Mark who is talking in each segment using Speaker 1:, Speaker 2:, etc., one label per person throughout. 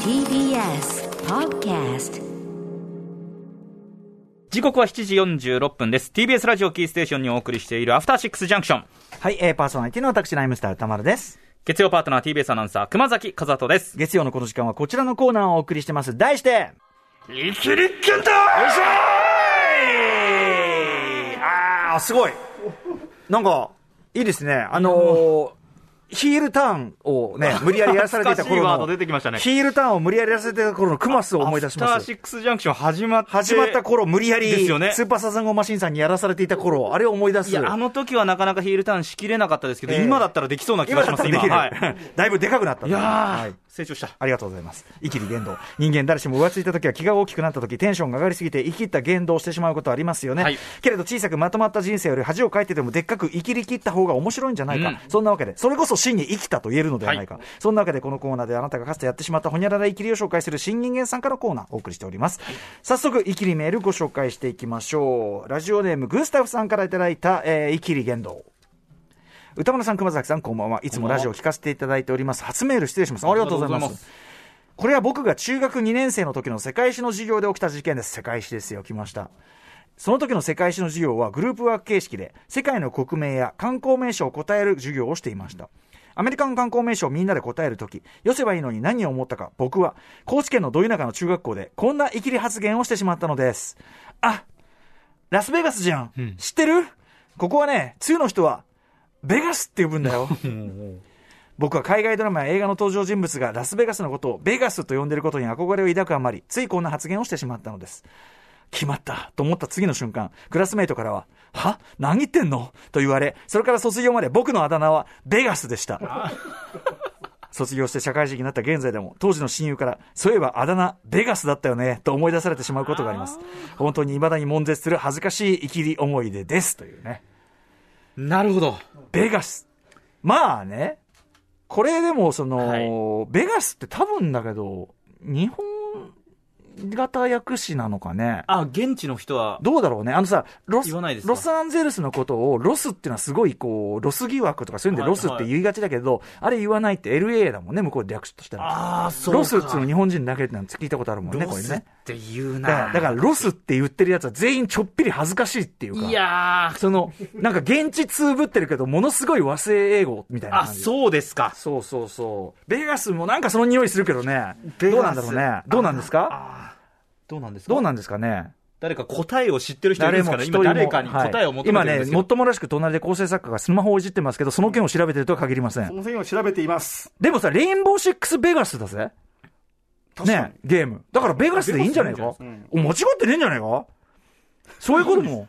Speaker 1: TBS Podcast
Speaker 2: 時刻は7時46分です TBS ラジオキーステーションにお送りしているアフターシックスジャンクション
Speaker 3: はい、えー、パーソナリティの私、ライムスター歌丸です。
Speaker 2: 月曜パートナー TBS アナウンサー熊崎和人です
Speaker 3: 月曜のこの時間はこちらのコーナーをお送りしてます。題して、
Speaker 4: 生きりっけんだよいしょーいああ、すごい。
Speaker 3: なんか、いいですね。あのー、ヒールターンをね、無理やりやらされていた頃
Speaker 2: 懐かしいワー
Speaker 3: の、
Speaker 2: ド出てきましたね
Speaker 3: ヒールターンを無理やりやらされていた頃のクマスを思い出し
Speaker 2: アフ
Speaker 3: ま
Speaker 2: ター
Speaker 3: す
Speaker 2: シ。ックスジャンクション始まって
Speaker 3: 始まった頃、無理やり、
Speaker 2: ですよね
Speaker 3: スーパーサザンゴマシンさんにやらされていた頃、あれを思い出す。
Speaker 2: いやあの時はなかなかヒールターンしきれなかったですけど、
Speaker 3: ええ
Speaker 2: 今だったらできそうな気
Speaker 3: 今
Speaker 2: がし
Speaker 3: だ
Speaker 2: ま
Speaker 3: った
Speaker 2: す
Speaker 3: らで
Speaker 2: 今
Speaker 3: きる。
Speaker 2: はい、
Speaker 3: だいぶでかくなった。
Speaker 2: いやー、
Speaker 3: はい
Speaker 2: 成長した
Speaker 3: ありがとうございます。生きる言動。人間誰しも浮ついた時は気が大きくなった時、テンションが上がりすぎて生きった言動をしてしまうことはありますよね。
Speaker 2: はい
Speaker 3: けれど小さくまとまった人生より恥をかいてでもでっかく生きり切った方が面白いんじゃないか。
Speaker 2: うん
Speaker 3: そんなわけで、それこそ真に生きたと言えるのではないか。そんなわけでこのコーナーであなたがかつてやってしまったほにゃらら生きりを紹介する新人間さんからコーナーをお送りしております。早速、生きりメールご紹介していきましょう。ラジオネームグスタフさんからいただいた、えー、生きり言動。歌丸さん、熊崎さん、こんばんは。いつもラジオを聞かせていただいております。初メール失礼します。ありがとうござい
Speaker 2: ありがとうござい
Speaker 3: ま
Speaker 2: ますす。
Speaker 3: これは僕が中学2年生の時の世界史の授業で起きた事件です。世界史ですよ、来ました。その時の世界史の授業はグループワーク形式で、世界の国名や観光名所を答える授業をしていました。アメリカの観光名所をみんなで答えるとき、寄せばいいのに何を思ったか、僕は、高知県のど田舎の中学校で、こんなイキリ発言をしてしまったのです。あ、ラスベガスじゃん。知ってるここはね、2の人は、ベガスって呼ぶんだよ。僕は海外ドラマや映画の登場人物がラスベガスのことをベガスと呼んでいることに憧れを抱くあまり、ついこんな発言をしてしまったのです。決まったと思った次の瞬間、クラスメイトからは、は何言ってんのと言われ、それから卒業まで僕のあだ名はベガスでした。卒業して社会人になった現在でも、当時の親友から、そういえばあだ名、ベガスだったよね、と思い出されてしまうことがあります。本当に未だに悶絶する恥ずかしい生きり思い出です。というね。
Speaker 2: なるほど
Speaker 3: ベガス。まあね、これでもその、ベガスって多分だけど、日本型訳詞なのかね。
Speaker 2: あ現地の人は
Speaker 3: どうだろうね。あのさ、ロス、
Speaker 2: 言わないですか
Speaker 3: ロサンゼルスのことを、ロスっていうのはすごいこう、ロス疑惑とかそういうんで
Speaker 2: はい
Speaker 3: ロスって言いがちだけど、あれ言わないって LA だもんね、向こうで略としたら。
Speaker 2: ああそうか
Speaker 3: ロスっていうの日本人だけなんて聞いたことあるもんね、これね。
Speaker 2: って言う
Speaker 3: だから
Speaker 2: な、
Speaker 3: だからロスって言ってるやつは全員ちょっぴり恥ずかしいっていうか。
Speaker 2: いやー
Speaker 3: その、なんか現地通ぶってるけど、ものすごい和製英語みたいな
Speaker 2: あ
Speaker 3: 感じ。
Speaker 2: そうですか
Speaker 3: そうそうそう。ベガスもなんかその匂いするけどね。
Speaker 2: ベガス
Speaker 3: どうなんだろうね。どうなんですか
Speaker 2: あーどうなんですか
Speaker 3: どうなんですかね
Speaker 2: 誰か答えを知ってる人いるんですかね今誰かに答えを求め
Speaker 3: 今
Speaker 2: てるんで
Speaker 3: ね、
Speaker 2: すけど、
Speaker 3: もっともらしく隣で構成作家がスマホをいじってますけど、その件を調べてるとは限りませ
Speaker 4: こ
Speaker 3: ん。
Speaker 4: の線を調べています。
Speaker 3: でもさ、レインボーシックスベガスだぜ。ね、ゲーム。だからベガスでいいんじゃないか、お間違ってねえんじゃないかそういうことも。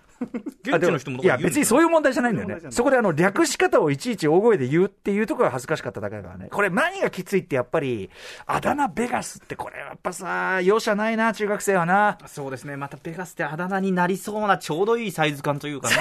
Speaker 2: 現地の人も
Speaker 3: いや、別にそう
Speaker 2: いう
Speaker 3: いう問題じゃないんだよね
Speaker 4: そういう問題じゃ。ない
Speaker 3: そこであの、略し方をいちいち大声で言うっていうところが恥ずかしかっただけだからね。これ何がきついってやっぱり、あだ名ベガスってこれやっぱさ、容赦ないな、中学生はな。
Speaker 2: そうですねまたベガスってあだ名になりそうなちょうどいいサイズ感という かね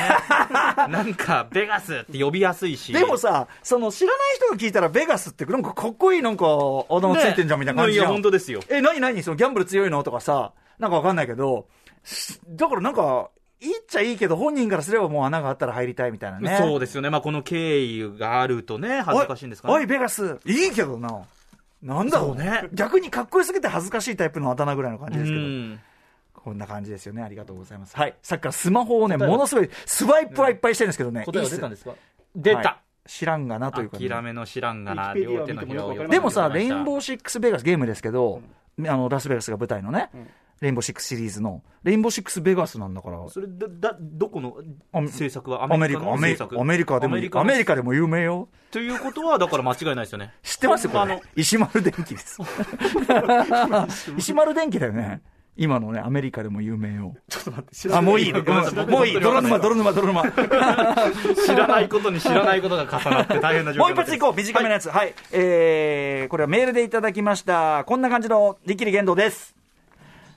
Speaker 2: なんかベガスって呼びやすいし
Speaker 3: でもさ、その知らない人が聞いたらベガスってなんかかっこいいなんか、あだ名ついてんじゃんみたいな感じじ
Speaker 2: ね
Speaker 3: ゃ
Speaker 2: や
Speaker 3: ん。
Speaker 2: 本当ですよ
Speaker 3: え、なになにそのギャンブル強いのとかさ、なんかわかんないけど、しだからなんか、いいっちゃいいけど、本人からすればもう穴があったら入りたいみたいなね。
Speaker 2: そうですよね、まあ、この経緯があるとね、恥ずかしいんですか
Speaker 3: おいお
Speaker 2: ね
Speaker 3: い、。ベガス。いいけどな。なんだろう
Speaker 2: そう
Speaker 3: ね
Speaker 2: ね。
Speaker 3: 逆にかっこよすぎて恥ずかしいタイプのあだ名ぐらいの感じ
Speaker 2: う
Speaker 3: ですけど。
Speaker 2: ん
Speaker 3: こんな感じですよね。ありがとうございます。はい。さっきからスマホをね、
Speaker 2: 答えは
Speaker 3: ものすごい、スワイプはいっぱいしてるんですけどね。
Speaker 2: 答えは出たん
Speaker 3: いいっ
Speaker 2: ですすか出
Speaker 3: は
Speaker 2: た、
Speaker 3: い知らんがなというかね、
Speaker 2: 諦めの知らんがな、
Speaker 4: ウィキペディ
Speaker 2: 両
Speaker 4: アを
Speaker 2: 手
Speaker 4: 見
Speaker 2: の
Speaker 4: て
Speaker 2: ひ
Speaker 4: も
Speaker 2: ら
Speaker 4: よ
Speaker 2: を
Speaker 4: くわかりま
Speaker 3: でもさ、レイン
Speaker 2: ー
Speaker 3: ボーシックスベガスゲームですけど、あの、ラスベガスが舞台のね、レインボーシックスシリーズの、レインボーシックスベガスなんだから、
Speaker 2: それだだ、どこの
Speaker 3: アメ
Speaker 2: 制作は
Speaker 3: アメリカ、
Speaker 2: の
Speaker 3: アメ
Speaker 2: 制
Speaker 3: リカ
Speaker 2: 作
Speaker 3: アメリカでも
Speaker 2: アメリカ
Speaker 3: ア
Speaker 2: の
Speaker 3: メリカでも有名よ。
Speaker 2: ということは、だから間違いないですよね。
Speaker 3: 知ってますよ、こ
Speaker 2: あ
Speaker 3: れ
Speaker 2: の。
Speaker 3: 石丸電 機です。石丸電機だよね。今のね、アメリカでも有名よ。
Speaker 4: ちょっと待って、調べて
Speaker 3: あ、もういい。
Speaker 4: 今
Speaker 3: も
Speaker 2: ごめんなさいう
Speaker 3: いい。泥沼、泥沼、泥沼。
Speaker 2: 知らないことに知らないことが重なって大変な状況
Speaker 3: もう一発いこう。短めのやつ。はい。えー、これはメールでいただきました。こんな感じの、リキリ言動です。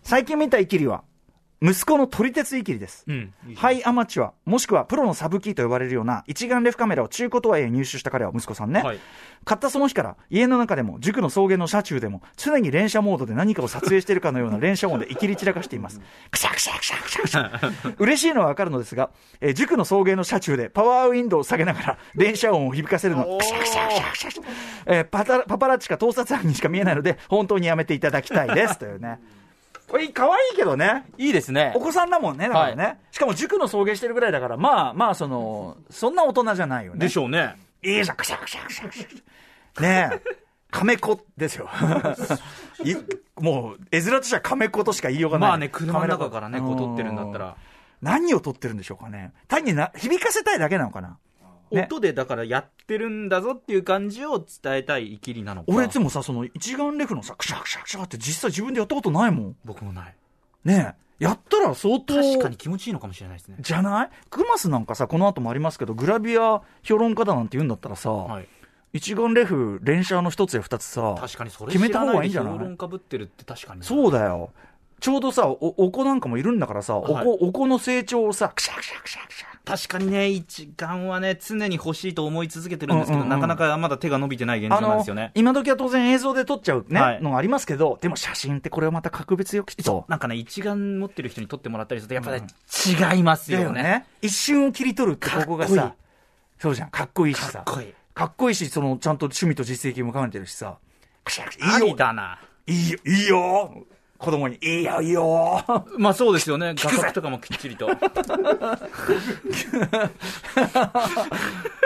Speaker 3: 最近見たイキリは、息子の撮り鉄イキリです。
Speaker 2: うん。
Speaker 3: ハ
Speaker 2: い。
Speaker 3: イアマチュア、もしくはプロのサブキーと呼ばれるような一眼レフカメラを中古とはいえ入手した彼は息子さんね、
Speaker 2: はい
Speaker 3: 買ったその日から家の中でも塾の草原の車中でも常に連射モードで何かを撮影しているかのような連射音でいきり散らかしています。くしゃくしゃくしゃくしゃくしゃ。嬉しいのはわかるのですが、えー塾の送迎の車中でパワーウィンドウを下げながら連射音を響かせるのはくしゃくしゃくしゃくしゃくしゃ、えーパタパパラッチか盗撮犯にしか見えないので本当にやめていただきたいですというね。これ可愛いけどね。
Speaker 2: いいですね
Speaker 3: お。子さんだもんね、だからね。
Speaker 2: は
Speaker 3: しかも塾の送迎してるぐらいだから、まあまあ、その、そんな大人じゃないよね。
Speaker 2: でしょうね。
Speaker 3: いいじゃん、くしゃくしゃくしゃくしゃ。ねえ。亀子ですよ。いもう、絵面としては亀子としか言いようがない。
Speaker 2: まあね、車の中からね、こう撮ってるんだった
Speaker 3: う
Speaker 2: ら。
Speaker 3: 何を撮ってるんでしょうかね。単にな、響かせたいだけなのかな。ね
Speaker 2: 音でだからやってるんだぞっていう感じを伝えたいイキリなのか。
Speaker 3: 俺いつもさ、その一眼レフのさ、くしゃくしゃくしゃって実際自分でやったことないもん。
Speaker 2: 僕もない。
Speaker 3: ねえ。やったら相当。
Speaker 2: 確かに気持ちいいのかもしれないですね。
Speaker 3: じゃないクマスなんかさ、この後もありますけど、グラビア評論家だなんて言うんだったらさ、
Speaker 2: はい。
Speaker 3: 一眼レフ、連射の一つや二つさ、
Speaker 2: 確かにそれ
Speaker 3: 決めた方がいい
Speaker 2: 知
Speaker 3: んじゃ
Speaker 2: らな
Speaker 3: な
Speaker 2: いで評
Speaker 3: い
Speaker 2: 論かぶってるって確かに。
Speaker 3: そうだよ。ちょうどさ、お、お子なんかもいるんだからさ、お子、
Speaker 2: はい
Speaker 3: お子の成長をさ、クシャクシャクシャクシャ。
Speaker 2: 確かにね、一眼はね、常に欲しいと思い続けてるんですけど、
Speaker 3: うんうんう
Speaker 2: な
Speaker 3: ん
Speaker 2: かなかまだ手が伸びてない現
Speaker 3: あ
Speaker 2: 状なん
Speaker 3: の
Speaker 2: ですよね、。
Speaker 3: 今時は当然映像で撮っちゃうね、
Speaker 2: はい
Speaker 3: のがありますけど、でも写真ってこれはまた格別よ、きっと。
Speaker 2: なんかね、一眼持ってる人に撮ってもらったりすると、やっぱね、違いますよね。。
Speaker 3: 一瞬を切り取るってここがさ、
Speaker 2: かっこいい
Speaker 3: そうじゃん、かっこいいし
Speaker 2: か
Speaker 3: さ。
Speaker 2: っこいい。
Speaker 3: かっこいいし、その、ちゃんと趣味と実績も兼ねてるしさ、クシャクシ
Speaker 2: あ
Speaker 3: ャ。いいよ
Speaker 2: りだな。
Speaker 3: いいよ、いいよ子供に、いいよ、いいよ
Speaker 2: まあそうですよね。画角とかもきっちりと。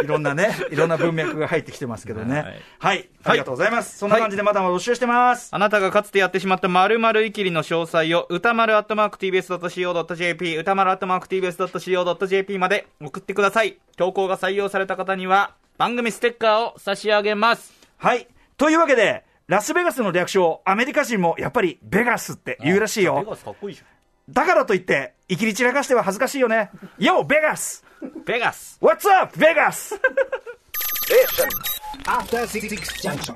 Speaker 3: いろんなね、いろんな文脈が入ってきてますけどね。は
Speaker 2: はいい。
Speaker 3: ありがとうございます。そんな感じでまだまだ募集してます。
Speaker 2: あなたがかつてやってしまった〇〇イキリの詳細を歌丸 atmarktvs.co.jp 歌丸 atmarktvs.co.jp まで送ってください。投稿が採用された方には番組ステッカーを差し上げます。
Speaker 3: はい。というわけで、ラスベガスの略称、アメリカ人もやっぱりベガスって言うらしい
Speaker 2: ベ
Speaker 3: よ。
Speaker 2: ガスかっこいいじゃ
Speaker 3: だからといって、いきり散らかしては恥ずかしいよね。YO! ベガス
Speaker 2: ん。ベガス
Speaker 3: !What's up, ベガス
Speaker 4: After Six Junction.